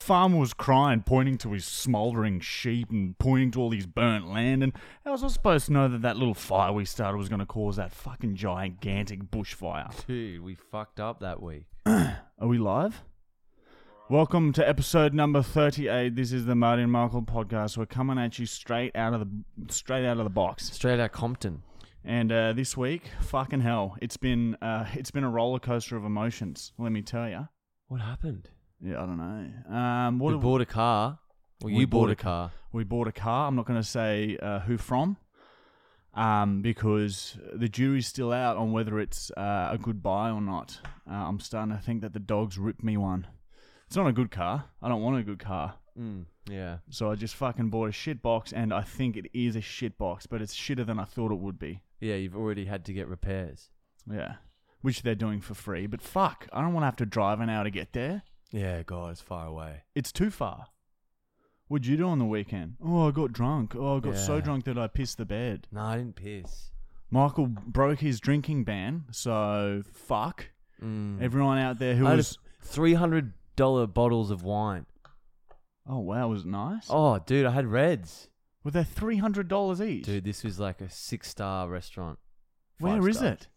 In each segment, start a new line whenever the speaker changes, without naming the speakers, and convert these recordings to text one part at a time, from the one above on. farmer was crying, pointing to his smouldering sheep and pointing to all these burnt land. And how was I supposed to know that that little fire we started was going to cause that fucking gigantic bushfire?
Dude, we fucked up that week.
Are we live? Welcome to episode number thirty-eight. This is the Marty and Michael podcast. We're coming at you straight out of the straight out of the box.
Straight out Compton.
And uh, this week, fucking hell, it's been uh, it's been a roller coaster of emotions. Let me tell you.
What happened?
Yeah, I don't know. Um, what
we
have-
bought a car. Well,
We
you bought,
bought a
a car.
we bought a car. I'm not going to say uh, who from, um, because the jury's still out on whether it's uh, a good buy or not. Uh, I'm starting to think that the dogs ripped me one. It's not a good car. I don't want a good car.
Mm, yeah.
So I just fucking bought a shit box, and I think it is a shit box, but it's shitter than I thought it would be.
Yeah, you've already had to get repairs.
Yeah. Which they're doing for free, but fuck, I don't want to have to drive an hour to get there.
Yeah, God, it's far away.
It's too far. What'd you do on the weekend? Oh, I got drunk. Oh, I got so
Yeah.
drunk that I pissed the bed.
No, I didn't piss.
Michael broke his drinking ban, so fuck
Mm.
everyone out there who
I had a
was.
$300 bottles of wine.
Oh wow, was it nice? Oh.
Oh, dude, I had reds.
Were they three hundred dollars each?
Dude, this was like a six star restaurant.
Where
five
is
star.
it?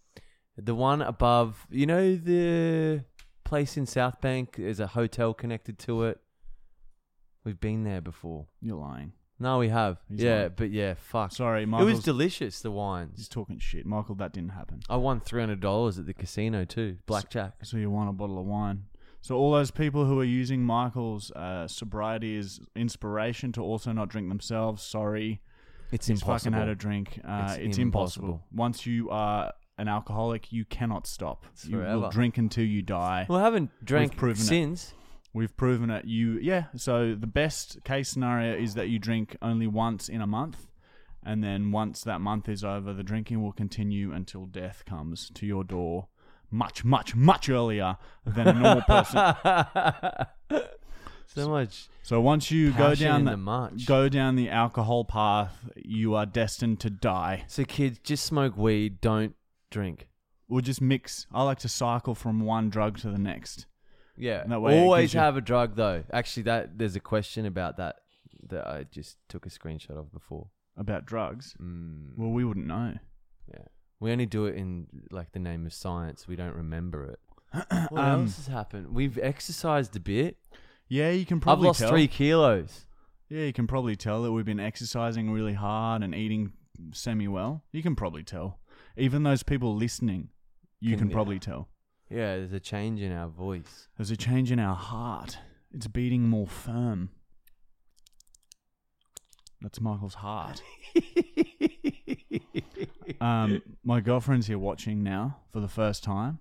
The one above, you know, the place in South Bank, there's a hotel connected to it. We've been there before.
You're lying.
No, we have.
He's
yeah,
lying.
but yeah, fuck.
Sorry,
it was
Michael's
delicious, the
he's
wines.
talking shit. Michael, that didn't happen.
I won $300 at the casino too, blackjack.
So you want a bottle of wine. So all those people who are using Michael's uh, sobriety as inspiration to also not drink themselves, sorry,
It's
he's fucking
impossible.
had a drink. Uh, it's
It's
impossible.
impossible.
Once you are an alcoholic, you cannot stop.
It's
You will
forever.
drink until you die.
well, I haven't drank
proven it.
since.
We've proven it. You, yeah. So the best case scenario is that you drink only once in a month, and then once that month is over, the drinking will continue until death comes to your door, much, much, much earlier than a normal person.
so much.
So once you go
Passion
down
in
the,
the march.
go down the alcohol path, you are destined to die.
So, kids, just smoke weed, don't drink.
Or just mix. I like to cycle from one drug to the next.
Yeah.
That way it
Always
gives you-
have a drug though. Actually, that there's a question about that that I just took a screenshot of before.
About drugs.
Mm,
Well, we wouldn't know.
yeah. We only do it in like the name of science. We don't remember it. What
Um,
else has happened? We've exercised a bit.
Yeah, you can probably
I've lost
tell.
three kilos.
Yeah, you can probably tell that we've been exercising really hard and eating semi well. You can probably tell. Even those people listening, you can,
Can-
probably tell.
Yeah, there's a change in our voice.
There's a change in our heart. It's beating more firm. That's Michael's heart. Um, my girlfriend's here watching now for the first time.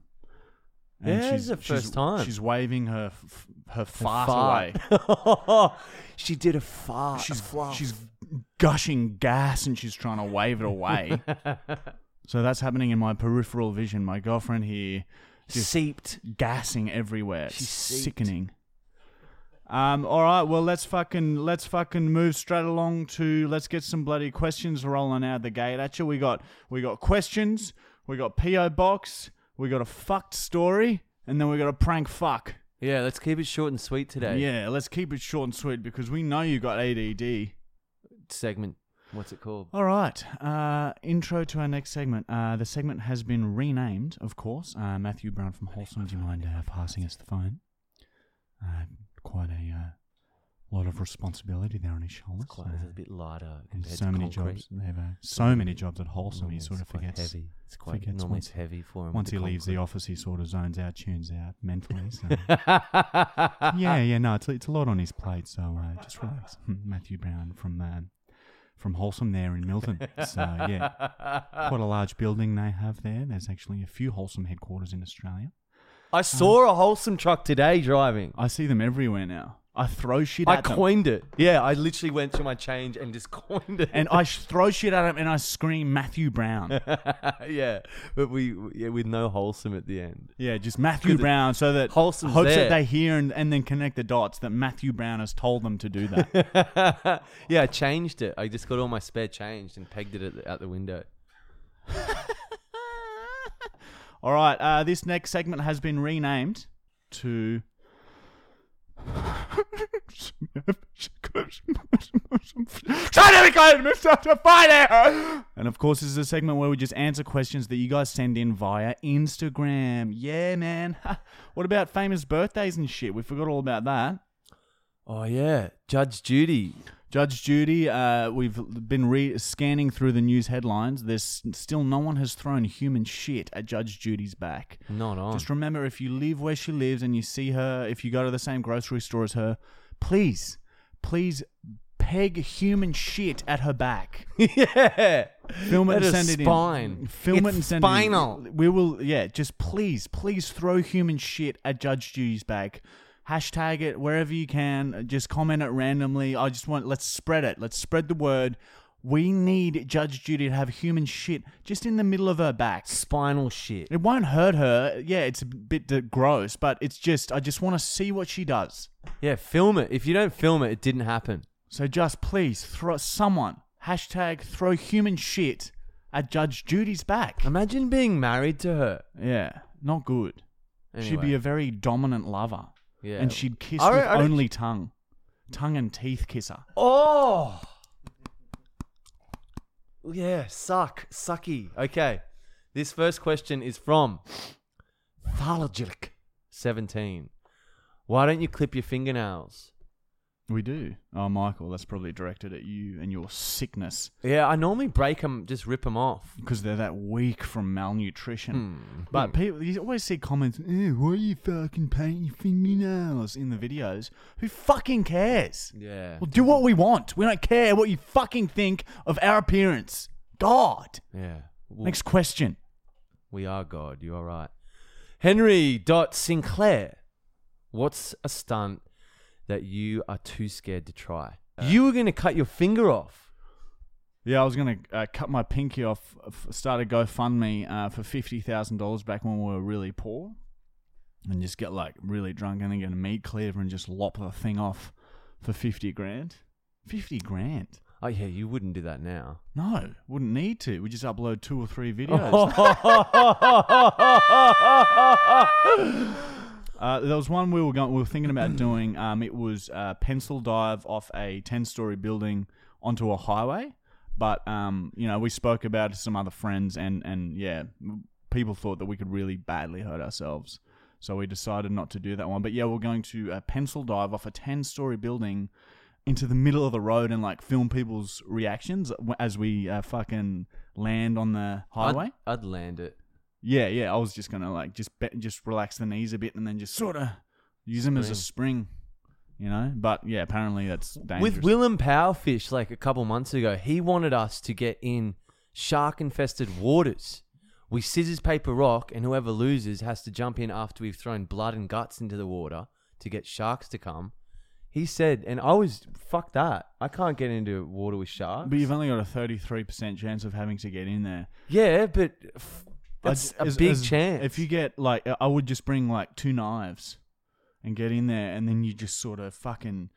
Yeah, this is the
she's-
first time.
She's waving her f- her fart, away.
away. she did a fart.
She's she's gushing gas and she's trying to wave it away. so that's happening in my peripheral vision. My girlfriend here just
seeped.
gassing everywhere. It's
She's seeped.
sickening. Um, all right, well let's fucking let's fucking move straight along to let's get some bloody questions rolling out the gate. Actually, we got we got questions, we got PO box, we got a fucked story, and then we got a prank fuck.
Yeah, let's keep it short and sweet today.
Yeah, let's keep it short and sweet because we know you got ADD.
Segment. What's it called?
All right. Uh, intro to our next segment. Uh, the segment has been renamed, of course. Uh, Matthew Brown from Wholesome, do you mind uh, passing us the phone? Uh, quite a uh, lot of responsibility there on his shoulders.
It's quite-
uh,
it's a bit lighter
and
compared
so
to
many
concrete.
jobs. They have, uh, so many jobs at Wholesome.
Normally
He sort of
it's quite
forgets.
Heavy. It's quite
forgets
normally
once-
it's heavy for him.
Once he leaves the office, he sort of zones out, tunes out mentally. So. yeah, yeah, no, it's it's a lot on his plate, so uh, just relax. Matthew Brown from uh, from Wholesome there in Milton. So yeah, quite a large building they have there. There's actually a few Wholesome headquarters in Australia.
I saw a wholesome truck today driving.
I see them everywhere now. I throw shit
I
at them,
coined it. Yeah, I literally went to my change and just coined it.
and I sh- throw shit at them, and I scream Matthew Brown.
yeah, but we yeah, with no wholesome at the end.
Yeah, just Matthew
Good.
Brown, so that
Wholesome's
hopes that
there.
they hear and, and then connect the dots that Matthew Brown has told them to do that.
yeah, I changed it. I just got all my spare change and pegged it at the, out the window.
All right, uh, this next segment has been renamed to Dynamic Iron Mr. Fire! And of course, this is a segment where we just answer questions that you guys send in via Instagram. Yeah, man. Ha. What about famous birthdays and shit? We forgot all about that.
Oh yeah, Judge Judy.
Judge Judy, uh, we've been re- scanning through the news headlines. There's still no one has thrown human shit at Judge Judy's back.
Not on.
Just remember, if you live where she lives and you see her, if you go to the same grocery store as her, please, please peg human shit at her back.
yeah.
Film it and
At her
send it in.
spine.
Film it
It's
and send
spinal.
it in. We will, yeah, just please, please throw human shit at Judge Judy's back. Hashtag it wherever you can. Just comment it randomly. I just want, let's spread it. Let's spread the word. We need Judge Judy to have human shit just in the middle of her back.
Spinal shit.
It won't hurt her. Yeah, it's a bit uh, gross, but it's just, I just want to see what she does.
Yeah, film it. If you don't film it, it didn't happen.
So just please throw someone, hashtag throw human shit at Judge Judy's back.
Imagine being married to her.
Yeah, not good. She'd be
Anyway.
a very dominant lover.
Yeah.
And she'd kiss
I-
with
I-
only tongue. Tongue and teeth kisser.
Oh. Yeah, suck, sucky. Okay. This first question is from Thalajilk 17. Why don't you clip your fingernails?
We do. Oh, Michael, that's probably directed at you and your sickness
Yeah, I normally break them, just rip them off.
because they're that weak from malnutrition.
Hmm.
But people, you always see comments, "Eh, why are you fucking painting your fingernails in the videos? Who fucking cares?
Yeah.
Hmm. We'll do what we want. We don't care what you fucking think of our appearance. God.
Yeah. Well,
Next question.
We are God. You are right. Henry dot Sinclair. What's a stunt that you are too scared to try? you were going to cut your finger off.
Yeah, I was gonna uh, cut my pinky off. f- Start a GoFundMe uh, for fifty thousand dollars back when we were really poor, and just get like really drunk and then get a meat cleaver and just lop the thing off for fifty grand. Fifty grand?
Oh yeah, you wouldn't do that now.
No, wouldn't need to. We just upload two or three videos. Uh, there was one we were going, we were thinking about doing. Um, it was uh, pencil dive off a ten-story building onto a highway, but um, you know, we spoke about it to some other friends, and and yeah, m- people thought that we could really badly hurt ourselves, so we decided not to do that one. But yeah, we're going to uh, pencil dive off a ten-story building into the middle of the road and like film people's reactions w- as we uh, fucking land on the highway.
I'd, I'd land it.
Yeah, yeah. I was just gonna like just be- just relax the knees a bit and then just sort of use them as a spring, you know. But yeah, apparently that's dangerous.
With Willem Powerfish, like a couple months ago, he wanted us to get in shark-infested waters. We scissors, paper, rock, and whoever loses has to jump in after we've thrown blood and guts into the water to get sharks to come. He said, and I was fuck that. I can't get into water with sharks.
but you've only got a thirty-three percent chance of having to get in there.
yeah, but f-
I
that's
j-
a
as-
big
as-
chance.
If you get like, I would just bring like two knives and get in there, and then you just sort of fucking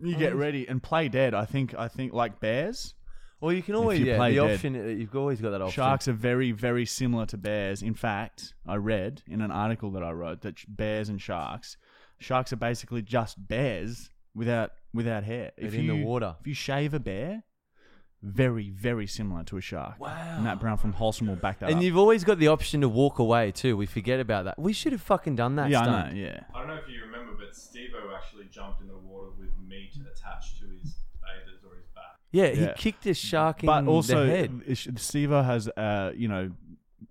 you get
Oh.
ready and play dead. I think I think like bears.
well, you can always
you
yeah,
play
the
dead.
option uh, you've always got that option.
Sharks are very, very similar to bears. In fact, I read in an article that I wrote that sh- bears and sharks, sharks are basically just bears without without hair.
But in the water.
if you shave a bear, very, very similar to a shark.
Wow.
Matt Brown from Wholesome will back that
And
up.
you've always got the option to walk away too. We forget about that. We should have fucking done that.
yeah,
stunt.
I know. Yeah,
I don't know if you remember, but Stevo actually jumped in the water with meat attached to his bathers or his back.
Yeah,
Yeah.
he kicked a shark in
but also,
the head.
uh, sh- Stevo has uh, you know,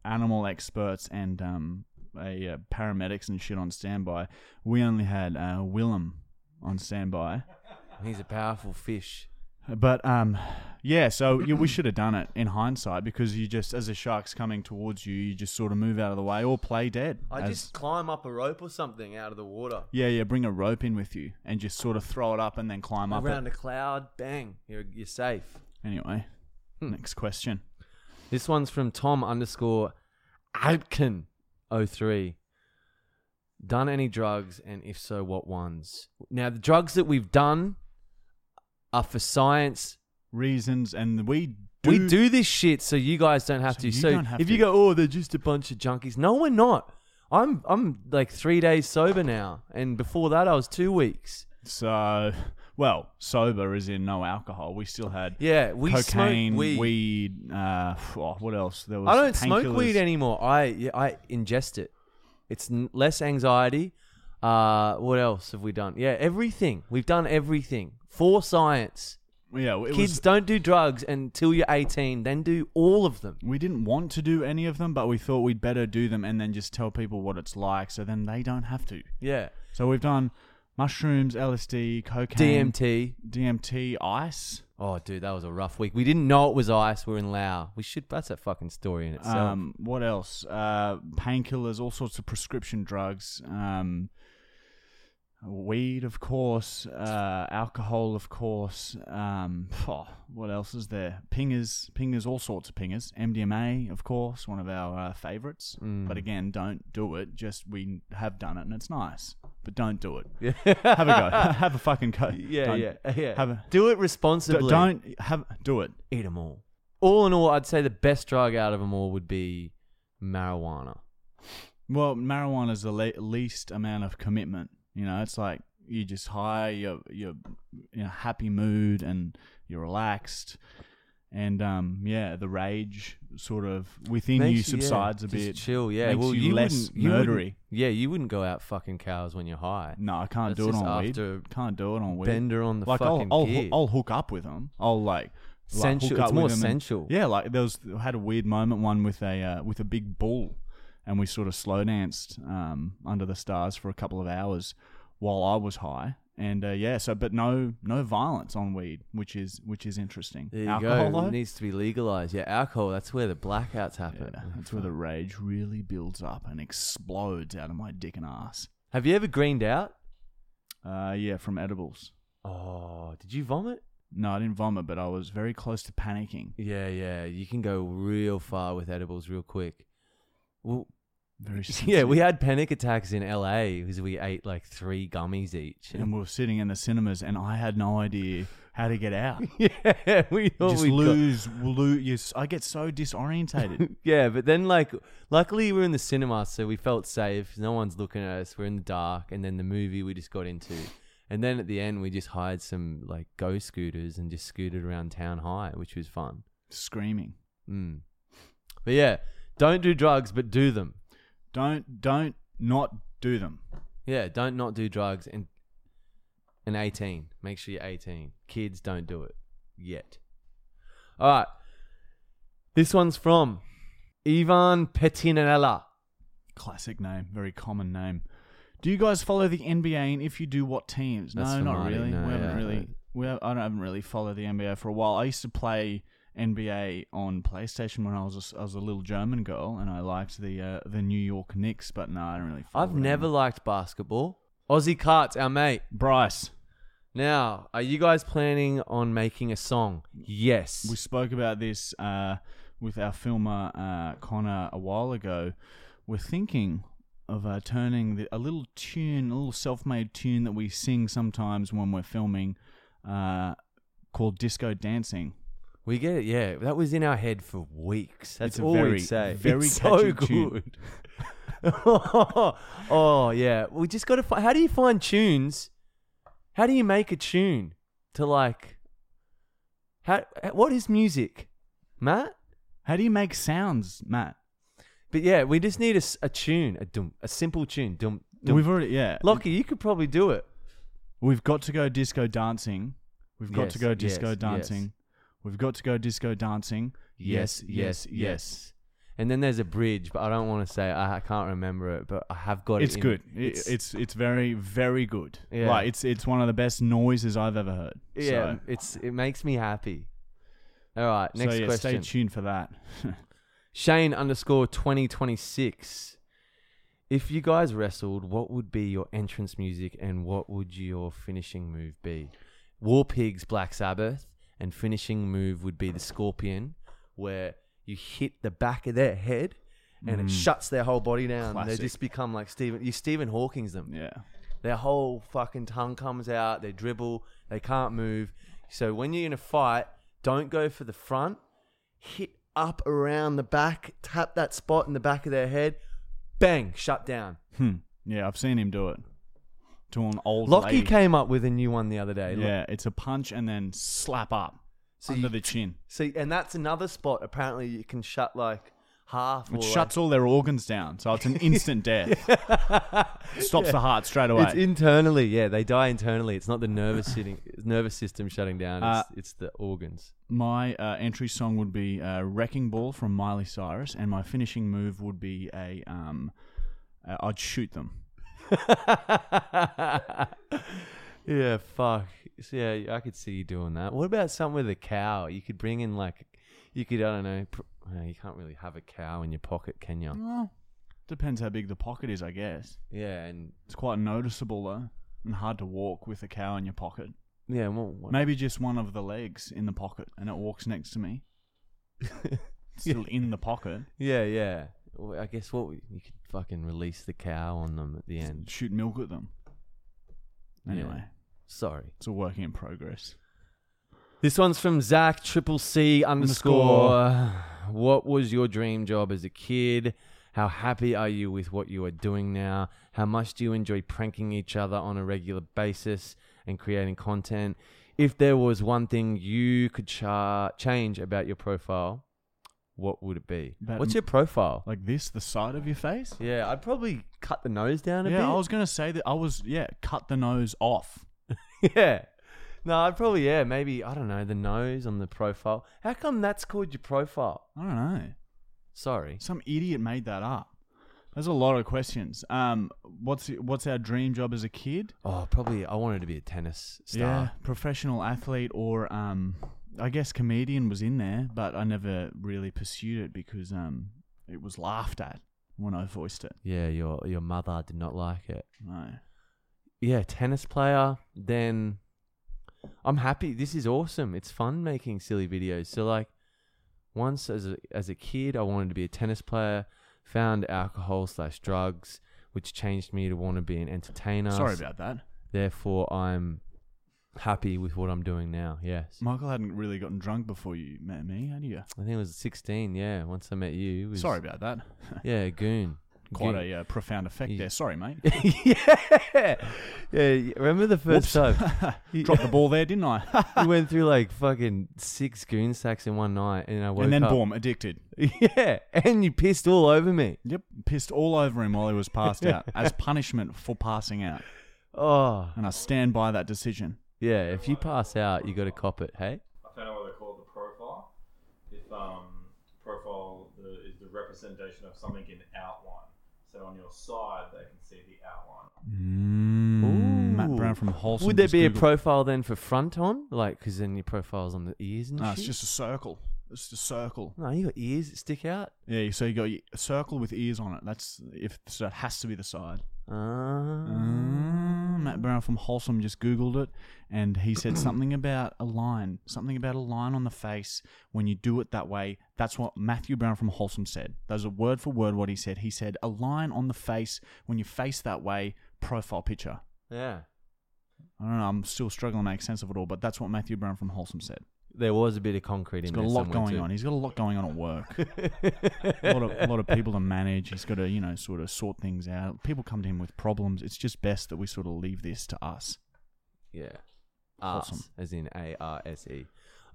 animal experts and um, a uh, paramedics and shit on standby. We only had uh, Willem on standby. um,
He's a powerful fish.
But um, yeah. So yeah, we should have done it in hindsight because you just, as a shark's coming towards you, you just sort of move out of the way or play dead.
I
as-
just climb up a rope or something out of the water,
yeah, yeah. Bring a rope in with you and just sort of throw it up and then climb up
around
it.
a cloud, bang, you're you're safe.
Anyway,
Hmm.
next question.
This one's from Tom underscore Outkin 03. Done any drugs, and if so, what ones? Now the drugs that we've done are for science.
Reasons and we do,
we do this shit so you guys don't have
So
to.
you
so
don't have
if
to.
you go, oh, they're just a bunch of junkies. No, we're not. I'm I'm like three days sober now, and before that I was two weeks.
So Well, sober as in no alcohol. We still had
Yeah, we
cocaine,
smoke weed.
weed, uh, phew, oh, what else? There was
I don't smoke
painkillers.
weed anymore. I yeah, I ingest it. It's n- less anxiety. Uh, what else have we done? Yeah, everything. We've done everything for science.
Yeah, it
Kids
was,
don't do drugs until you're 18. Then do all of them.
we didn't want to do any of them, but we thought we'd better do them and then just tell people what it's like, so then they don't have to.
Yeah,
So we've done mushrooms, LSD, cocaine,
DMT.
DMT, ice.
Oh, dude, that was a rough week. We didn't know it was ice. We were in Laos. We should. That's a fucking story in itself.
Um, what else? Uh, painkillers, all sorts of prescription drugs. Um, weed, of course. Uh, alcohol, of course. Um, oh, what else is there? Pingers, pingers, all sorts of pingers. MDMA, of course, one of our uh, favorites.
Mm.
But again, don't do it. Just we have done it, and it's nice. But don't do it. Yeah. have a go. have a fucking go.
yeah,
Don't-
yeah, yeah.
Have a,
do it
d-
responsibly.
don't have do it.
eat them all. All in all, I'd say the best drug out of them all would be marijuana.
Well, marijuana is the le- least amount of commitment. You know, it's like you just high, you're you're in a happy mood, and you're relaxed, and um, yeah, the rage sort of within you
Makes
subsides
yeah,
a
just
bit.
Chill, yeah.
Makes
well,
you, less
wouldn't- you wouldn't-
murdery.
yeah, you wouldn't go out fucking cows when you're high.
No, I can't
That's
do it
just
on weed.
after
Can't do it on weed.
Bender on the
like I'll
fucking
I'll,
gig.
I'll hook up with them. I'll like. like,
Sensual-
hook
it's
up
more
with 'em and-
sensual.
yeah, like there was I had a weird moment one with a uh, with a big bull, and we sort of slow danced um, under the stars for a couple of hours while I was high. And uh, yeah, so but no no violence on weed, which is which is interesting.
There you
Alcohol
go.
though,
It needs to be legalized. Yeah, alcohol. That's where the blackouts happen.
yeah, that's where the rage really builds up and explodes out of my dick and ass.
Have you ever greened out?
Uh, yeah, from edibles.
Oh, did you vomit?
No, I didn't vomit, but I was very close to panicking.
Yeah, yeah. You can go real far with edibles, real quick. Well,
Very sensitive.
yeah, we had panic attacks in LA because we ate like three gummies each.
and we were sitting in the cinemas, and I had no idea how to get out.
yeah, we thought
just
we'd got-
lose, lose. You, s- I get so disorientated.
yeah, but then like luckily we were in the cinema, so we felt safe. No one's looking at us. We're in the dark, and then the movie we just got into, and then at the end we just hired some like go scooters and just scooted around town high, which was fun.
Screaming.
Mm. But yeah, don't do drugs, but do them.
Don't, don't, not do them.
Yeah, don't not do drugs and and eighteen. Make sure you're eighteen. Kids don't do it yet. All right, this one's from Ivan Petinella.
Classic name, very common name. Do you guys follow the NBA? And if you do, what teams?
That's
no,
for
not
Marty,
really.
no,
we haven't
yeah.
really. We have, I don't, haven't really followed the NBA for a while. I used to play NBA on PlayStation when I was a s I was a little German girl, and I liked the uh, the New York Knicks. But no, I don't really. Follow
I've
them.
never liked basketball. Aussie Carts, our mate.
Bryce.
Now, are you guys planning on making a song? Yes.
We spoke about this uh, with our filmer uh, Connor a while ago. We're thinking of uh, turning the, a little tune, a little self-made tune that we sing sometimes when we're filming, uh, called "Disco Dancing."
We get it. Yeah, that was in our head for weeks. That's
It's a
all
very-
we say.
very
it's so
catchy tune.
good. oh yeah, we just got to. Find, how do you find tunes? How do you make a tune to like? How what is music, Matt?
How do you make sounds, Matt?
But yeah, we just need a, s- a tune, a dum, a simple tune. Dum, dum.
We've already yeah.
Lockie, you could probably do it.
We've got to go disco dancing. We've got to
Yes,
go
yes,
disco
yes.
dancing. We've got to go disco dancing.
And then there's a bridge, but I don't want to say. I, I can't remember it, but I have got
It's
it. in-
good. I- It's, it's very very good.
Yeah.
Like it's it's one of the best noises I've ever heard.
yeah.
So-
It's it makes me happy. All right,
So,
next
yeah,
question.
Stay tuned for that.
Shane underscore twenty twenty six. If you guys wrestled, what would be your entrance music and what would your finishing move be? War Pigs, Black Sabbath, and finishing move would be the Scorpion, where you hit the back of their head and it shuts their whole body down.
Classic.
They just become like Stephen. You Stephen Hawking's them.
yeah.
Their whole fucking tongue comes out. They dribble. They can't move. So when you're in a fight, don't go for the front. Hit up around the back. Tap that spot in the back of their head. Bang! Shut down.
Hmm. Yeah, I've seen him do it. to an old
Lockie
lady.
came up with a new one the other day. Look,
Yeah, it's a punch and then slap up
So
under
you-
the chin.
See, and that's another spot. Apparently, you can shut like half.
It
or
shuts all their organs down, so it's an instant death. Stops the heart straight away.
It's internally, yeah. They die internally. It's not the nervous sitting, nervous system shutting down.
Uh,
It's, it's the organs.
my uh, entry song would be uh, "Wrecking Ball" from Miley Cyrus, and my finishing move would be a um, uh, I'd shoot them.
yeah, fuck. So, yeah, I could see you doing that. What about something with a cow? You could bring in like, you could I don't know. Pr- uh, you can't really have a cow in your pocket, can you?
Well, depends how big the pocket is, I guess.
Yeah, and
It's quite noticeable though, and hard to walk with a cow in your pocket.
yeah, well, what-
Maybe just one of the legs in the pocket, and it walks next to me. It's Still in the pocket.
yeah, yeah. Well, I guess what we- you could fucking release the cow on them at the end.
Shoot milk at them.
Yeah.
Anyway,
Sorry.
it's a working in progress.
This one's from Zach Triple C underscore. What was your dream job as a kid? How happy are you with what you are doing now? How much do you enjoy pranking each other on a regular basis and creating content? If there was one thing you could cha- change about your profile, what would it be?
About
What's
m-
your profile?
Like this, the side of your face.
Yeah, I'd probably cut the nose down a
yeah,
bit.
I was gonna say that I was yeah, cut the nose off.
yeah. No, I'd probably, yeah, maybe, I don't know, the nose on the profile. How come that's called your profile?
I don't know.
Sorry.
Some idiot made that up. There's a lot of questions. Um, what's what's our dream job as a kid?
Oh, probably I wanted to be a tennis star.
professional athlete or um, I guess comedian was in there, but I never really pursued it because um, it was laughed at when I voiced it.
Yeah, your your mother did not like it.
No,
Yeah, tennis player. Then I'm happy. This is awesome. It's fun making silly videos. So like once as a as a kid, I wanted to be a tennis player. Found alcohol slash drugs, which changed me to want to be an entertainer.
sorry about that.
Therefore, I'm happy with what I'm doing now. Yes,
Michael hadn't really gotten drunk before you met me, had you?
I think it was 16. Yeah, once I met you. it was-
Sorry about that.
Yeah, goon.
Quite a
Goon.
uh, profound effect
You-
there. Sorry, mate.
yeah. Yeah. you Remember the first time You-
Dropped the ball there, didn't I?
we went through like fucking six goon sacks in one night and I woke
and then
up.
boom, addicted.
Yeah. And you pissed all over me.
Yep, pissed all over him while he was passed out as punishment for passing out.
Oh.
And I stand by that decision.
Yeah. If you pass out, you got to cop it. Hey?
I found out what they call the profile. If um, profile the, is the representation of something in outline. So on your side, they can see the outline.
Mm, Matt
Ooh.
Brown from Wholesome.
Would there
just
be a
Googled-
profile then for front on? Like, because then your profile's on the ears and
No,
shit?
it's just a circle. It's just a circle.
No, you got ears that stick out.
Yeah, so you got a circle with ears on it. That's if so it has to be the side.
Ah.
Mm, Matt Brown from Wholesome just Googled it, and he said something about a line, something about a line on the face. When you do it that way, that's what Matthew Brown from Wholesome said. Those are word for word what he said. He said a line on the face when you face that way, profile picture.
yeah.
I don't know. I'm still struggling to make sense of it all, but that's what Matthew Brown from Wholesome said.
There was a bit of concrete
He's
in
got
there.
a lot
somewhere
going
too.
on. He's got a lot going on at work. a, lot of, a lot of people to manage. He's got to, you know, sort of sort things out. People come to him with problems. It's just best that we sort of leave this to us.
Yeah. Arse,
Awesome.
as in A R S E.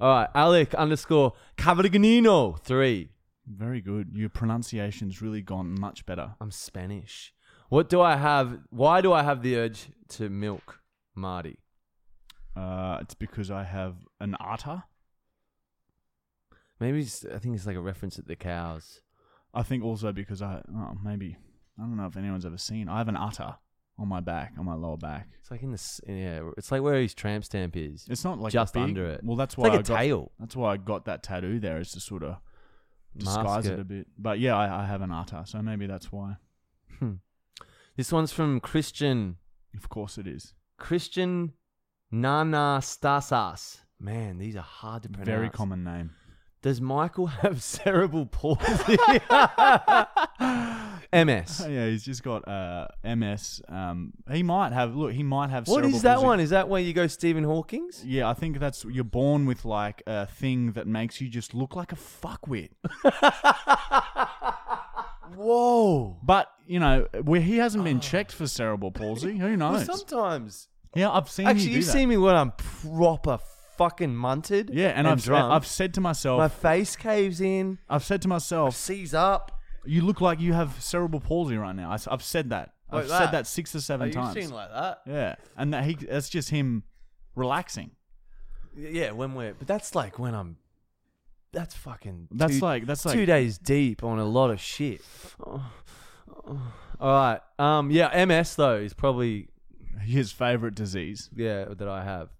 All right, Alec underscore Cavarganino three.
Very good. Your pronunciation's really gone much better.
I'm Spanish. What do I have? Why do I have the urge to milk Marty?
Uh, it's because I have an utter.
Maybe it's, I think it's like a reference at the cows.
I think also because I, oh, maybe, I don't know if anyone's ever seen. I have an utter on my back, on my lower back.
It's like in the s- yeah. It's like where his tramp stamp is. It's
It's not like
Just
a big-
under it.
Well, that's why
like a
I got.
tail.
That's why I got that tattoo there is to sort of disguise
Mask
it.
it.
a bit. But yeah, I, I have an utter, so maybe that's why.
Hmm. This one's from Christian
Of course, it is
Christian Nana Stasas. Man, these are hard to pronounce.
very common name.
Does Michael have cerebral palsy? MS.
Oh, yeah, he's just got uh, MS. Um, he might have. Look, he might have.
What
cerebral
is that
palsy.
one? Is that where you go Stephen Hawking's?
Yeah, I think that's you're born with like a thing that makes you just look like a fuckwit.
Whoa.
But you know, where he hasn't been checked for cerebral palsy. Who
Well,
knows?
sometimes.
yeah, I've seen you
Actually,
do
you've
that.
seen me when I'm proper fucking munted.
yeah, and, I've
drunk.
I've said to myself,
My face caves in.
I've said to myself,
Seize up.
you look like you have cerebral palsy right now. I, have said that.
Like
I've said
that.
that six or
Oh,
seven
you've
times.
seen like that.
yeah, and that he that's just him relaxing.
Yeah, when we're but that's like when I'm. That's fucking.
That's
two-
like that's
two
like
days deep on a lot of shit. All right. Um. Yeah. MS though is probably
his favorite disease.
yeah that I have.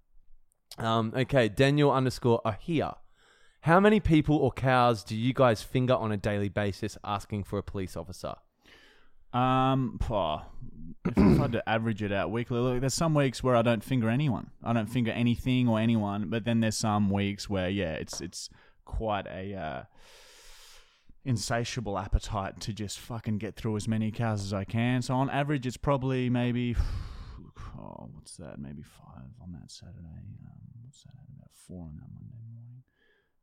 Um. Okay. Daniel underscore Ahia. How many people or cows do you guys finger on a daily basis asking for a police officer?
Um, pah, if I had to average it out weekly, look, there's some weeks where I don't finger anyone. I don't finger anything or anyone, but then there's some weeks where yeah, it's it's quite a uh, insatiable appetite to just fucking get through as many cows as I can. So on average, it's probably maybe oh, what's that? Maybe five on that Saturday. Um, what's that? About four on that Monday morning.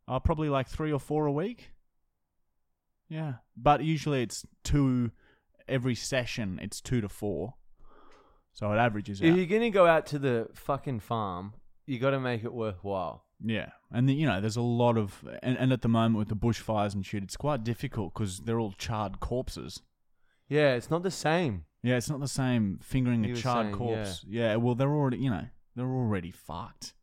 Uh, probably like three or four a week. Yeah, but usually it's two every session. It's two to four, so it averages
If
out.
you're gonna go out to the fucking farm, you got to make it worthwhile.
Yeah, and the, you know, there's a lot of, and, and at the moment with the bushfires and shit, it's quite difficult because they're all charred corpses.
Yeah, it's not the same.
Yeah, it's not the same fingering a
You were
charred
saying,
corpse. Yeah. well, they're already, you know, they're already fucked.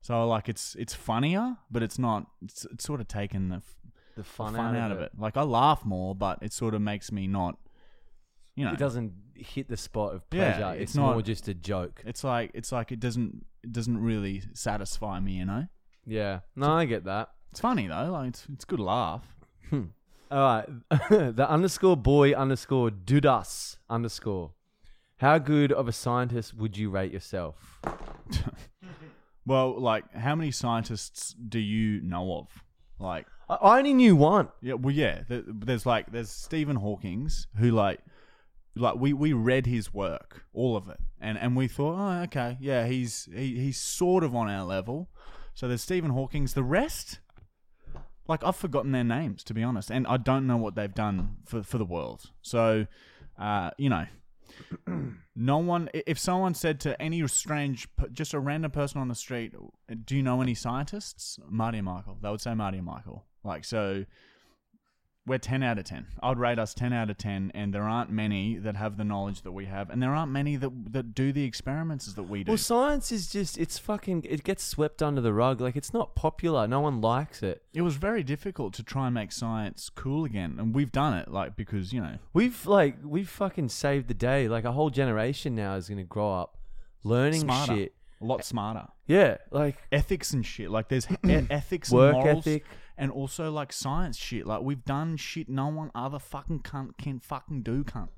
So like, it's it's funnier, but it's not. It's, it's sort of taken the, f-
The
the fun,
fun, out, of it.
Like I laugh more, but it sort of makes me not, you know,
It doesn't hit the spot of
Yeah,
pleasure. it's
it's not-
more just a joke.
It's like it's like it doesn't it doesn't really satisfy me, you know.
Yeah. No, I get that.
It's funny though, like it's it's a good laugh.
All right. the underscore boy underscore dudas underscore. How good of a scientist would you rate yourself?
Well, like how many scientists do you know of? Like
I- I only knew one.
yeah, well yeah, there, there's like there's Stephen Hawking's who like like we we read his work, all of it. And and we thought, "Oh, okay. Yeah, he's he, he's sort of on our level." So there's Stephen Hawking's the rest like I've forgotten their names to be honest, and I don't know what they've done for for the world. So, uh, you know, no one. i- If someone said to any strange, p- just a random person on the street, "Do you know any scientists?" Marty and Michael, they would say Marty and Michael. Like so, we're ten out of ten. I'd rate us ten out of ten, and there aren't many that have the knowledge that we have, and there aren't many that that do the experiments that we do.
Well, science is just, it's fucking, it gets swept under the rug. Like, it's not popular. No one likes it.
it was very difficult to try and make science cool again, and we've done it. Like because you know.
We've, like, we've fucking saved the day. Like, a whole generation now is going to grow up learning
smarter,
shit.
a lot smarter.
Yeah. Like,
Ethics and shit. Like there's e- ethics,
Work
and morals,
ethic.
and also like science shit. Like we've done shit no one other fucking cunt can fucking do, cunt.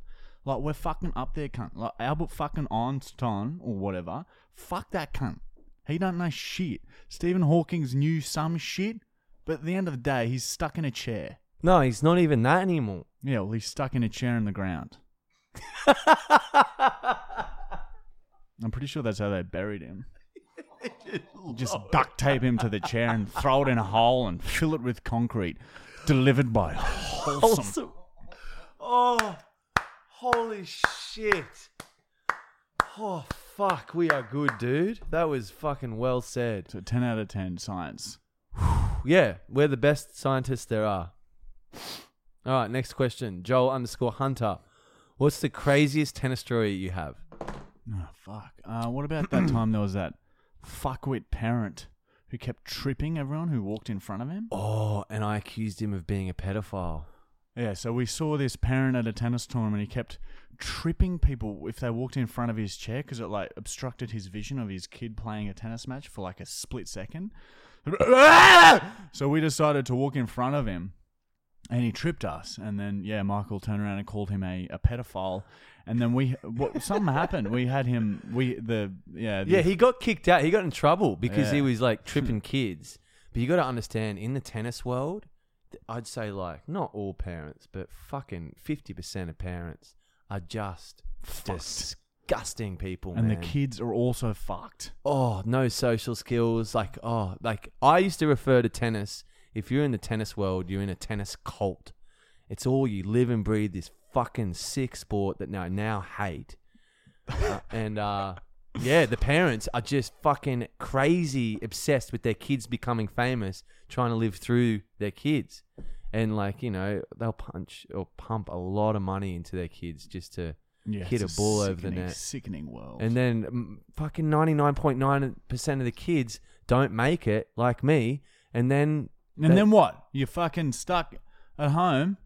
Like we're fucking up there, cunt. Like Albert fucking Einstein or whatever. Fuck that cunt. He don't know shit. Stephen Hawking's knew some shit, but at the end of the day, he's stuck in a chair.
no, he's not even that anymore.
Yeah, well, he's stuck in a chair in the ground. I'm pretty sure that's how they buried him. Just duct tape him to the chair and throw it in a hole and fill it with concrete. Delivered by Wholesome.
Awesome. Oh, holy shit. Oh, fuck. We are good, dude. That was fucking well said.
So 10 out of 10 science.
Yeah, we're the best scientists there are. All right, next question. Joel underscore Hunter. What's the craziest tennis story you have?
Oh, fuck. Uh, what about that time there was that fuckwit parent who kept tripping everyone who walked in front of him?
Oh, and I accused him of being a pedophile.
Yeah, so we saw this parent at a tennis tournament. He kept tripping people if they walked in front of his chair because it like obstructed his vision of his kid playing a tennis match for like a split second. so we decided to walk in front of him, and he tripped us. And then yeah, Michael turned around and called him a, a pedophile. And then we what something happened. We had him. We the yeah the,
Yeah, he got kicked out. He got in trouble because he
Yeah.
was like tripping kids. But you got to understand, in the tennis world, th- I'd say like not all parents, but fucking fifty percent of parents are just disgusting people.
and
man.
the kids are also fucked.
oh no social skills like oh like i used to refer to tennis if you're in the tennis world you're in a tennis cult It's all you live and breathe this fucking sick sport that now now hate. Uh, and uh, yeah, the parents are just fucking crazy obsessed with their kids becoming famous, trying to live through their kids. And like, you know, they'll punch or pump a lot of money into their kids just to
Yeah,
Hit
it's
a ball over the
sickening,
net.
Sickening world.
and then mm, fucking 99.9% of the kids don't make it, like me. And then,
and then what? You're fucking stuck at home.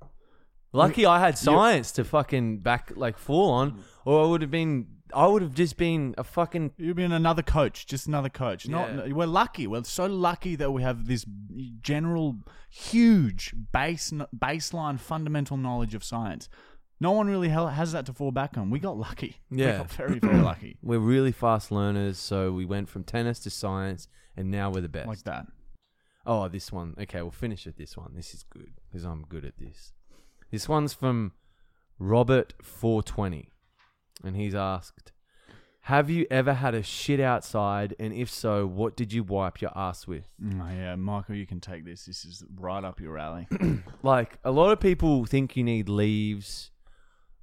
lucky I had science to fucking back, like, fall on, or I would have been, I would have just been a fucking.
You've been another coach, just another coach. Not
Yeah.
we're lucky. We're so lucky that we have this general, huge base baseline fundamental knowledge of science. No one really hel- has that to fall back on. We got lucky. we
Yeah.
got very very lucky.
We're really fast learners, so we went from tennis to science, and now we're the best.
Like that.
Oh, this one. Okay, we'll finish at this one. This is good because I'm good at this. This one's from Robert 420, and he's asked, "Have you ever had a shit outside, and if so, what did you wipe your ass with?"
Mm, yeah, Michael, you can take this. This is right up your alley.
Like a lot of people think you need leaves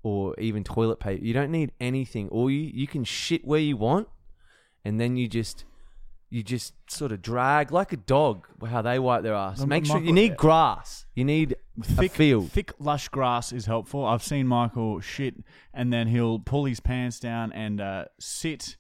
or even toilet paper. You don't need anything. Or you you can shit where you want, and then you just you just sort of drag like a dog how they wipe their ass.
Um,
Make sure you
Michael,
need
yeah.
grass. You need
thick
a field.
thick lush grass is helpful. I've seen Michael shit and then he'll pull his pants down and uh, sit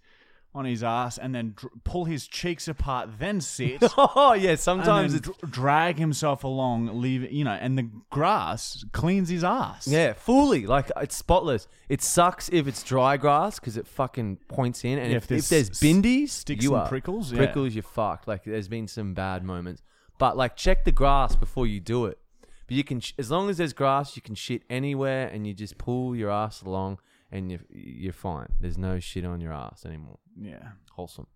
on his ass and then dr- pull his cheeks apart, then sit.
oh yeah,
and
sometimes
then
it's
dr- drag himself along, leave you know, and the grass cleans his ass.
yeah, fully like it's spotless. It sucks if it's dry grass because it fucking points in, and
Yeah, if
if, if
there's
there's
s-
bindies,
sticks
you
and
are
prickles, yeah.
prickles, you're fucked. Like there's been some bad moments, but like check the grass before you do it. But you can, sh- as long as there's grass, you can shit anywhere, and you just pull your ass along, and you're you're fine. There's no shit on your ass anymore.
yeah.
Wholesome.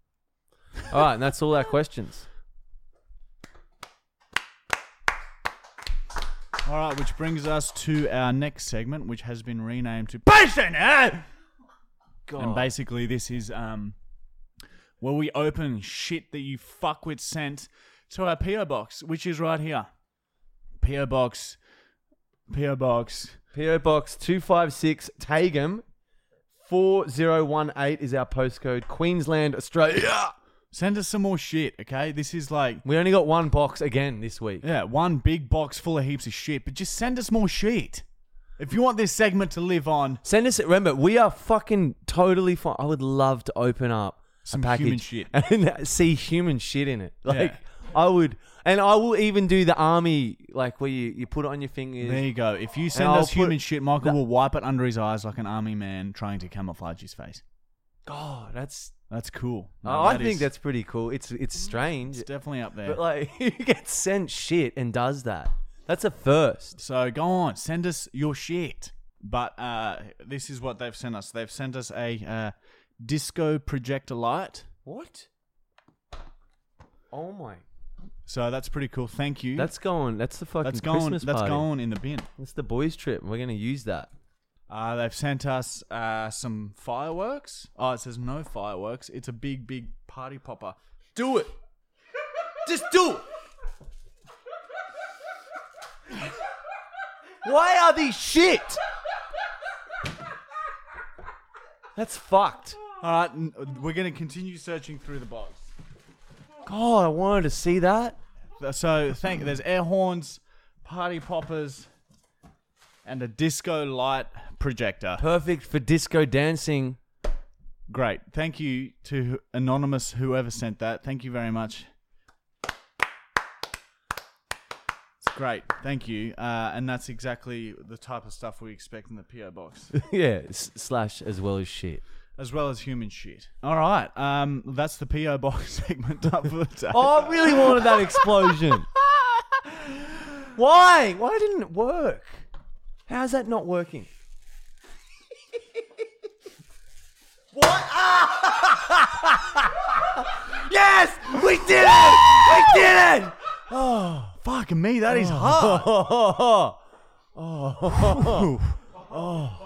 All right, and that's all our questions.
All right, which brings us to our next segment, which has been renamed to Patient Air. And
God.
basically, this is um, where we open shit that you fuckwit sent to our PO box, which is right here. PO box, PO box.
PO Box 256 Tagum 4018 is our postcode, Queensland, Australia.
Send us some more shit, okay? This is like
We only got one box again this week.
Yeah, one big box full of heaps of shit, but just send us more shit. If you want this segment to live on,
Send us, remember, we are fucking totally fine. I would love to open up
Some
a package
human shit.
and see human shit in it. Like,
Yeah.
I would, and I will even do the army, like where you, you put it on your fingers.
there you go. If you send
I'll
us human
put-
shit, Michael will wipe it under his eyes like an army man trying to camouflage his face.
God, that's,
That's cool. No,
I
that
think
is-
that's pretty cool. It's, it's strange,
it's definitely up there.
but like, who gets sent shit and does that? That's a first.
So go on, send us your shit. But uh, this is what they've sent us. They've sent us a uh, disco projector light.
What? Oh my!
So that's pretty cool. Thank you.
That's going. That's the fucking
that's going.
Christmas
that's
party.
going in the bin.
That's the boys' trip. and We're gonna use that.
Uh, they've sent us uh, some fireworks. Oh, it says no fireworks. It's a big, big party popper. Do it.
Just do it. Why are these shit? That's fucked.
All right, n- we're gonna continue searching through the box.
God, I wanted to see that.
Uh, So thank. There's air horns, party poppers, and a disco light projector.
Perfect for disco dancing.
Great. Thank you to anonymous whoever sent that. Thank you very much. It's great. Thank you. Uh, and that's exactly the type of stuff we expect in the PO box.
yeah, s- slash as well as shit.
as well as human shit. All right, um, that's the PO box segment up for the day.
Oh, I really wanted that explosion. Why? Why didn't it work? How's that not working? what? Ah! yes! We did it! We did it!
fuck me, that is hard.
Oh,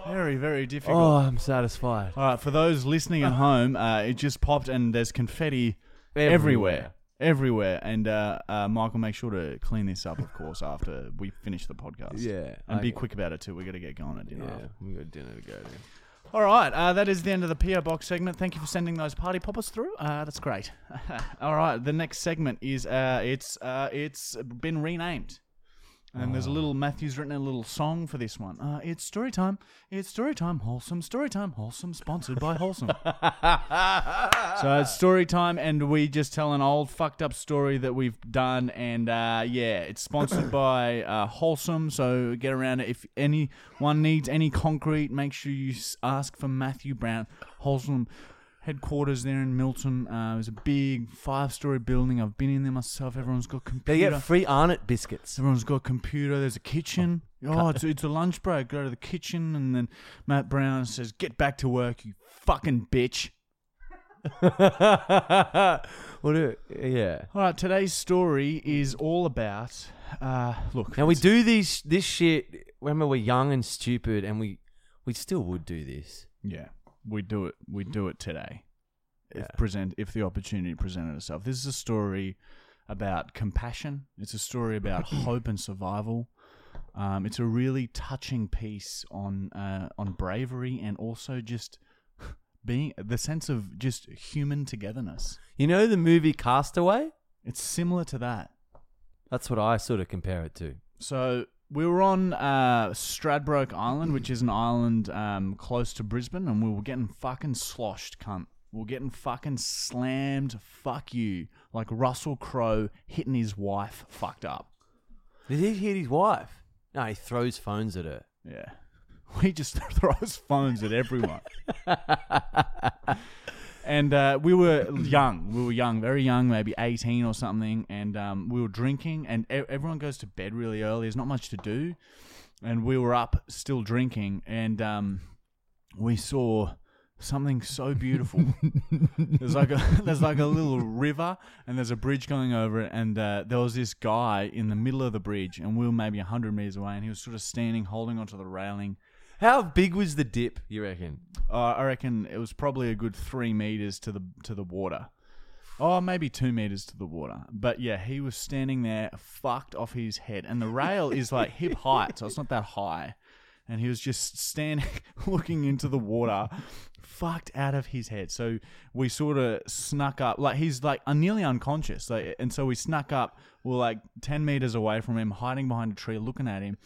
Very, very difficult.
oh, I'm satisfied.
All right, for those listening at home, uh, it just popped and there's confetti everywhere. everywhere. And uh, uh, Michael, make sure to clean this up, of course, after we finish the podcast.
Yeah,
And
I-
be quick about it too. We got to get going at dinner.
Yeah,
after.
we got dinner to go to.
All right, uh, that is the end of the PO box segment. Thank you for sending those party poppers through. Uh, that's great. All right, the next segment is uh, it's uh, it's been renamed, and
Ah.
there's a little Matthew's written a little song for this one. Uh, it's story time. It's story time. Wholesome story time. Wholesome sponsored by Wholesome. so it's story time, and we just tell an old fucked up story that we've done, and uh, yeah, it's sponsored by uh, Wholesome. So get around it. If anyone needs any concrete, make sure you s- ask for Matthew Brown Wholesome. Headquarters there in Milton. Uh, it was a big five-story building. I've been in there myself. Everyone's got
They
computer.
get free Arnott biscuits.
Everyone's got a computer. There's a kitchen. Oh, it's, it's a lunch break. Go to the kitchen, and then Matt Brown says, "Get back to work, you fucking bitch."
what do yeah.
All right, today's story is all about. Uh, look,
Now we do these this shit when we were young and stupid, and we we still would do this.
yeah, we do it. We do it today.
Yeah.
If present, if the opportunity presented itself, this is a story about compassion. It's a story about hope and survival. Um, it's a really touching piece on uh, on bravery and also just being the sense of just human togetherness.
You know the movie Castaway?
It's similar to that.
That's what I sort of compare it to.
So we were on uh, Stradbroke Island, which is an island um, close to Brisbane, and we were getting fucking sloshed, cunt. We were getting fucking slammed, fuck you, like Russell Crowe hitting his wife, fucked up.
Did he hit his wife? No, he throws phones at her.
Yeah. We just throws phones at everyone. and uh, we were young. We were young, very young, maybe 18 or something. And um, we were drinking, and e- everyone goes to bed really early. There's not much to do. And we were up still drinking, and um, we saw something so beautiful. there's like a there's like a little river, and there's a bridge going over it. And uh, there was this guy in the middle of the bridge, and we were maybe hundred meters away, and he was sort of standing, holding onto the railing.
How big was the dip? You reckon?
Uh, I reckon it was probably a good three meters to the to the water. Oh, maybe two meters to the water. But yeah, he was standing there, fucked off his head, and the rail is like hip height, so it's not that high. And he was just standing, looking into the water, fucked out of his head. So we sort of snuck up, like he's like uh, nearly unconscious. Like, and so we snuck up. We're like ten meters away from him, hiding behind a tree, looking at him.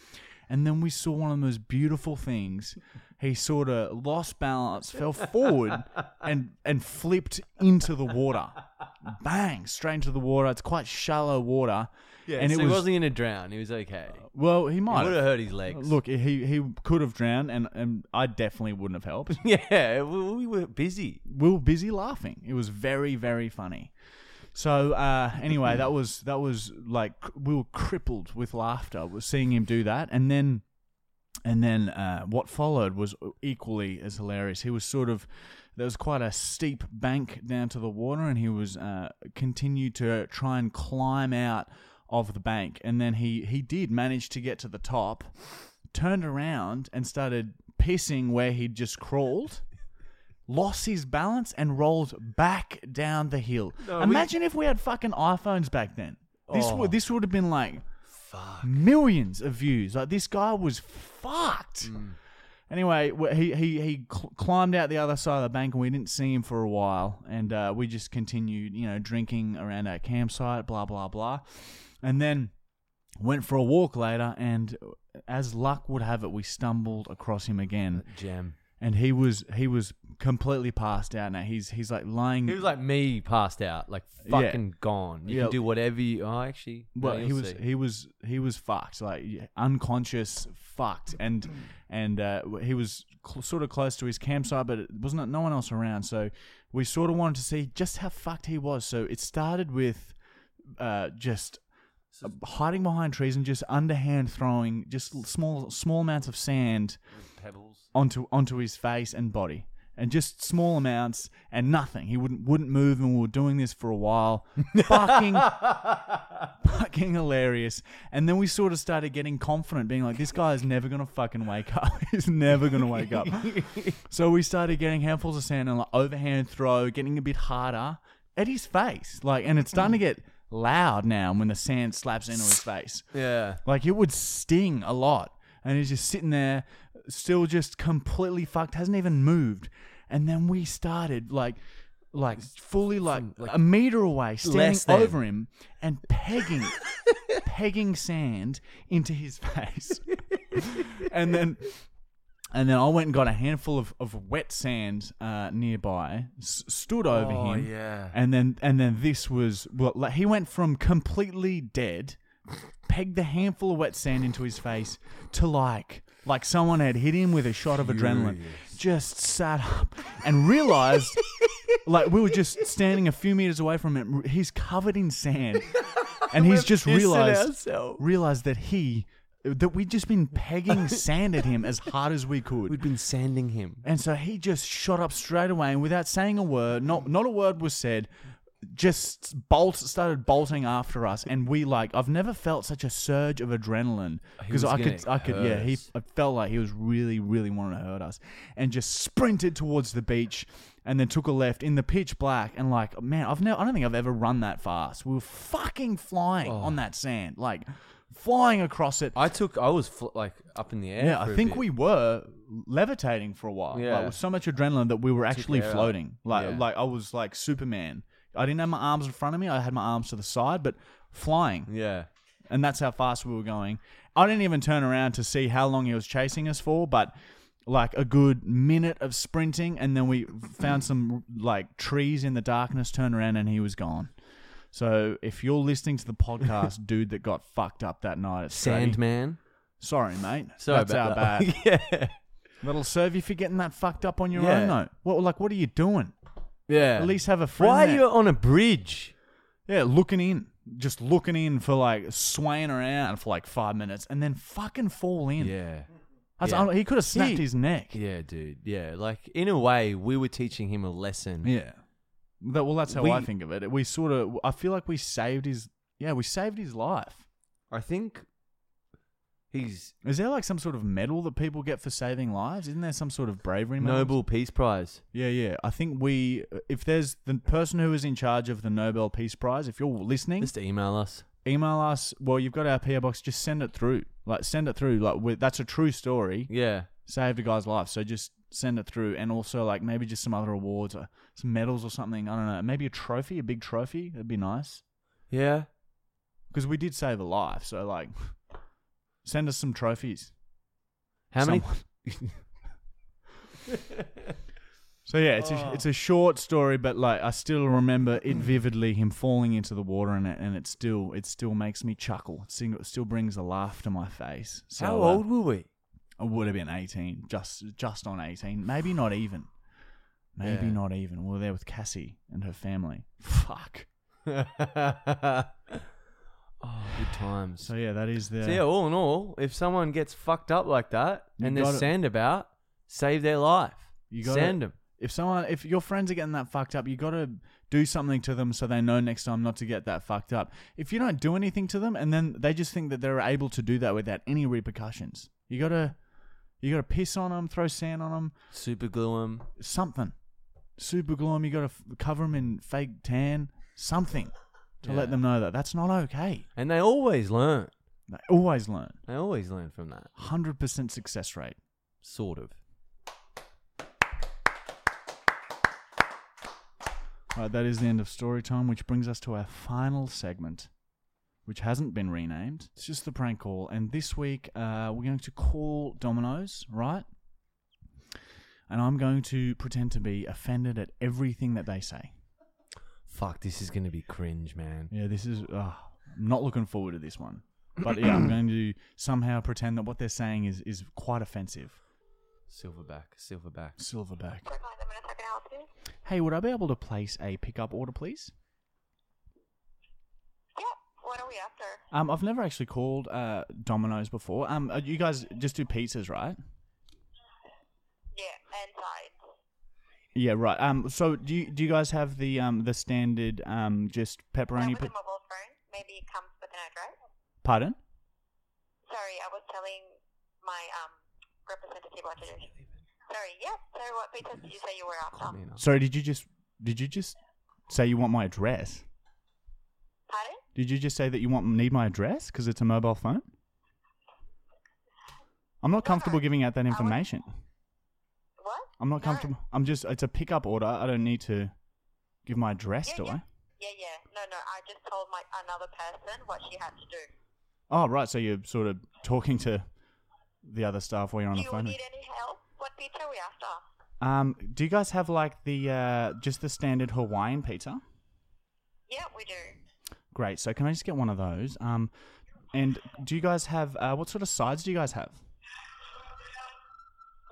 And then we saw one of the most beautiful things. He sort of lost balance, fell forward, and and flipped into the water. Bang! Straight into the water. It's quite shallow water.
Yeah,
and
so
it
he
was
wasn't gonna drown. He was Oh, okay.
well. He
He
might
would
have.
have hurt his legs.
Look, he he could have drowned, and and I definitely wouldn't have helped.
yeah, we, we were busy.
we were busy laughing. It was very, very funny. So uh, anyway, that was that was like cr- we were crippled with laughter was seeing him do that, and then and then uh, what followed was equally as hilarious. He was sort of there was quite a steep bank down to the water, and he was uh, continued to try and climb out of the bank, and then he he did manage to get to the top, turned around and started pissing where he'd just crawled lost his balance and rolled back down the hill. Imagine if we had fucking iPhones back then. This
Oh.
would this would have been like millions of views. Like this guy was fucked.
Mm.
Anyway, wh- he he he cl- climbed out the other side of the bank, and we didn't see him for a while. And uh, we just continued, you know, drinking around our campsite, blah blah blah, and then went for a walk later. And as luck would have it, we stumbled across him again
Jam.
and he was he was completely passed out now. He's he's like lying.
He was like me, passed out, like
Yeah.
fucking gone. You
Yeah.
can do whatever you. Oh, actually, no,
well, he
you'll
was
see.
he was he was fucked, like yeah, unconscious, fucked, and and uh, he was cl- sort of close to his campsite, but it was not no one else around. So we sort of wanted to see just how fucked he was. So it started with uh, just hiding behind trees and just underhand throwing just l- small small amounts of sand
pebbles.
onto onto his face and body, and just small amounts and nothing. He wouldn't wouldn't move, and we were doing this for a while. fucking, fucking hilarious. And then we sort of started getting confident, being like, "This guy is never gonna fucking wake up. He's never gonna wake up." so we started getting handfuls of sand and like overhand throw, getting a bit harder. at his face. Like, and it's starting to get loud now when the sand slaps into his face.
Yeah.
Like it would sting a lot. And he's just sitting there, still just completely fucked, hasn't even moved. And then we started like, like fully like, a meter away, standing
Less than.
over him and pegging, pegging sand into his face. and then, and then I went and got a handful of, of wet sand uh, nearby, s- stood over
Oh,
him,
yeah.
and then and then this was well, like, he went from completely dead pegged the handful of wet sand into his face to like like someone had hit him with a shot of adrenaline just sat up and realized like we were just standing a few meters away from him he's covered in sand and he's just
pissing
realized
ourselves.
realized that he that we'd just been pegging sand at him as hard as we could
We'd been sanding him.
and so he just shot up straight away, and without saying a word, not not a word was said. Just bolt started bolting after us, and we like I've never felt such a surge of adrenaline
He
because
was
I
getting
could I could yeah he
hurt.
I felt like he was really really wanting to hurt us, and just sprinted towards the beach, and then took a left in the pitch black, and like man I've never I don't think I've ever run that fast. We were fucking flying
Oh.
on that sand, like flying across it.
I took. I was fl- like up in the air.
Yeah,
for
I
a
think
bit.
we were levitating for a while.
Yeah.
Like, with so much adrenaline that we were actually
air out.
floating. Like
Yeah.
like I was like Superman. I didn't have my arms in front of me. I had my arms to the side, but flying.
Yeah.
And that's how fast we were going. I didn't even turn around to see how long he was chasing us for, but like a good minute of sprinting and then we found some like trees in the darkness, turned around and he was gone. So if you're listening to the podcast, dude that got fucked up that night at Scotty,
Sandman.
Sorry, mate.
Sorry
That's
about
our
that.
bad.
yeah.
That'll serve you for getting that fucked up on your
Yeah.
own, though. What, like, what are you doing?
Yeah.
At least have a friend.
Why are
there.
you on a bridge?
Yeah, looking in, just looking in for like swaying around for like five minutes, and then fucking fall in.
Yeah.
That's,
yeah.
I- he could have snapped
He-
his neck. Yeah.
Yeah, dude. Yeah. Like in a way, we were teaching him a lesson.
That, well, that's how
We-
I think of it. We sort of, I feel like we saved his. Yeah, we saved his life.
I think he's
Is there like some sort of medal that people get for saving lives? Isn't there some sort of bravery medal?
Nobel Peace Prize.
Yeah, yeah. I think we, if there's the person who is in charge of the Nobel Peace Prize, if you're listening,
Just email us.
email us. Well, you've got our PO box. Just send it through. Like, send it through. Like, with, that's a true story.
Yeah.
Saved a guy's life. So just send it through, and also like maybe just some other awards, or some medals or something. I don't know. Maybe a trophy, a big trophy. That'd be nice
Yeah.
because we did save a life. So like, send us some trophies.
How many?
Someone. So yeah, it's
Oh.
a, it's a short story, but like I still remember it vividly. Him falling into the water and it, and it still it still makes me chuckle. It still, it still brings a laugh to my face. So,
How
uh,
old were we?
I would have been eighteen, just just on eighteen, maybe not even, maybe
Yeah.
not even. We were there with Cassie and her family. Fuck.
oh, good times.
So yeah, that is the
So yeah, all in all, if someone gets fucked up like that
You
and there's
gotta-
sand about, save their life.
You gotta-
sand them.
if someone if your friends are getting that fucked up, you got to do something to them so they know next time not to get that fucked up. If you don't do anything to them and then they just think that they're able to do that without any repercussions, you got to you got to piss on them, throw sand on them,
Super glue them.
something. Super glue 'em, you got to f- cover them in fake tan, something to
Yeah.
let them know that that's not okay.
And they always learn.
They always learn.
They always learn from that.
100% success rate.
Sort of.
All right, that is the end of story time, which brings us to our final segment, which hasn't been renamed. It's just the prank call. And this week, uh, we're going to call Domino's, right? And I'm going to pretend to be offended at everything that they say.
Fuck, this is gonna be cringe, man.
Yeah, this is. Uh, I'm not looking forward to this one. But yeah, I'm going to somehow pretend that what they're saying is, is quite offensive.
Silverback, silverback.
Silverback.
Five minutes, I can help you.
Hey, would I be able to place a pickup order, please?
Yep. What are we after?
Um, I've never actually called uh, Domino's before. Um, uh, you guys just do pizzas, right?
Yeah, and sides.
Yeah, right. Um, so do you, do you guys have the um the standard um just
That
pepperoni?
was
Pi-
a mobile phone. Maybe it comes with an address.
Pardon?
Sorry, I was telling my um representative what to do. Sorry. Yep. So what pizzas did you say you were after?
Can't be enough.
Sorry, did you just did you just say you want my address.
Pardon?
Did you just say that you want need my address because it's a mobile phone? I'm not comfortable giving out that information.
What?
I'm not
No.
comfortable. I'm just it's a pickup order. I don't need to give my address,
Yeah,
do
yeah.
I?
Yeah, yeah. No, no. I just told my another person what she had to do.
Oh right, so you're sort of talking to the other staff while you're on
Do
the
you
phone.
need any help? What pizza are we after?
Um, do you guys have like the uh, just the standard Hawaiian pizza?
Yeah, we do.
Great. So can I just get one of those? Um, and do you guys have uh, what sort of sides do you guys have?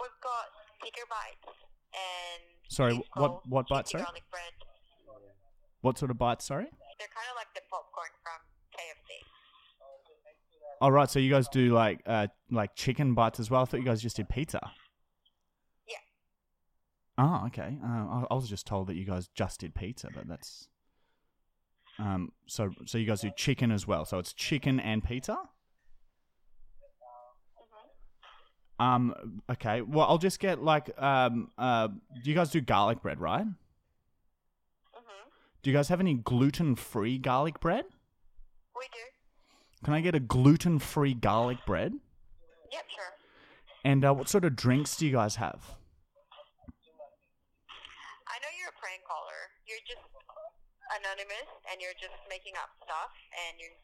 We've got bigger bites and
Sorry,
beef
wh- what-
rolls,
what bites,
cheesy
sorry?
garlic bread.
What sort of bites? Sorry.
They're kind of like the popcorn from KFC.
All Oh, right. So you guys do like uh, like chicken bites as well. I thought you guys just did pizza.
Yeah.
Oh, okay. Uh, I, I was just told that you guys just did pizza, but that's um. So so you guys do chicken as well. So it's chicken and pizza. Um. Okay. Well, I'll just get like um. Uh. Do you guys do garlic bread, right?
Mhm.
Do you guys have any gluten-free garlic bread?
We do.
Can I get a gluten-free garlic bread?
Yep, sure.
And uh, what sort of drinks do you guys have?
I know you're a prank caller. You're just anonymous and you're just making up stuff and you're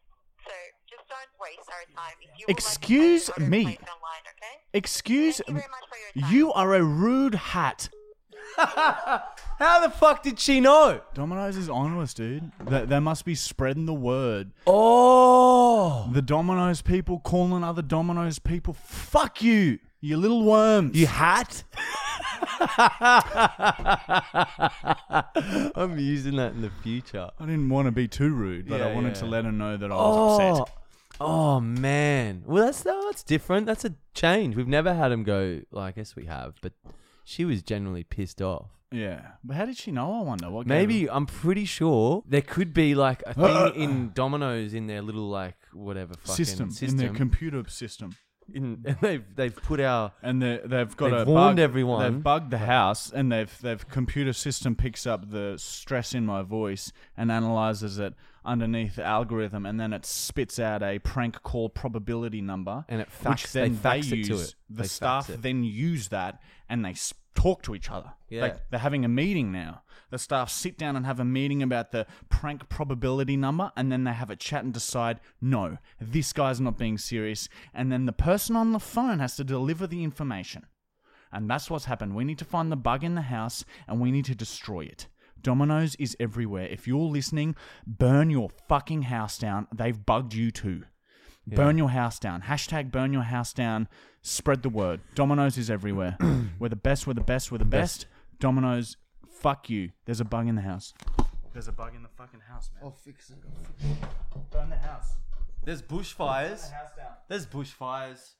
so just don't waste our time. If you would like to
Excuse
place an order,
me.
place it Online, okay?
Excuse
Thank you very much for your time.
You are a rude hat.
How the fuck did she know?
Domino's is honest, dude. They, they must be spreading the word.
Oh,
The Domino's people calling other Domino's people, fuck you, you little worms.
you hat. I'm using that in the future.
I didn't want to be too rude, but I
Yeah,
wanted
yeah.
to let her know that I was
oh,
upset.
oh man. Well, that's no, that's different. That's a change. We've never had him go. Well, I guess we have, but she was generally pissed off.
Yeah. But how did she know, I wonder? What gave her-
Oh. Maybe I'm pretty sure there could be like a thing in Domino's in their little like whatever fucking
system,
system.
in their computer system.
In- and they've they've put our
And they, they've got
They've
a
warned
bug.
everyone.
They've bugged the house, and they've they've computer system picks up the stress in my voice and analyzes it underneath the algorithm, and then it spits out a prank call probability number,
And it fax- they fax it to it.
The
They fax
staff
it.
then use that, and they s- talk to each other.
Yeah.
Like they're having a meeting now. The staff sit down and have a meeting about the prank probability number, and then they have a chat and decide, no, this guy's not being serious. And then the person on the phone has to deliver the information. And that's what's happened. We need to find the bug in the house and we need to destroy it. Dominoes is everywhere. If you're listening, burn your fucking house down. They've bugged you too. Burn your house down. Hashtag burn your house down. Spread the word. Dominoes is everywhere. we're the best, we're the best, we're the best. Dominoes, fuck you. There's a bug in the house. There's a bug in the fucking house, man. I'll fix it. Burn the house.
there's bushfires.
House down.
There's bushfires.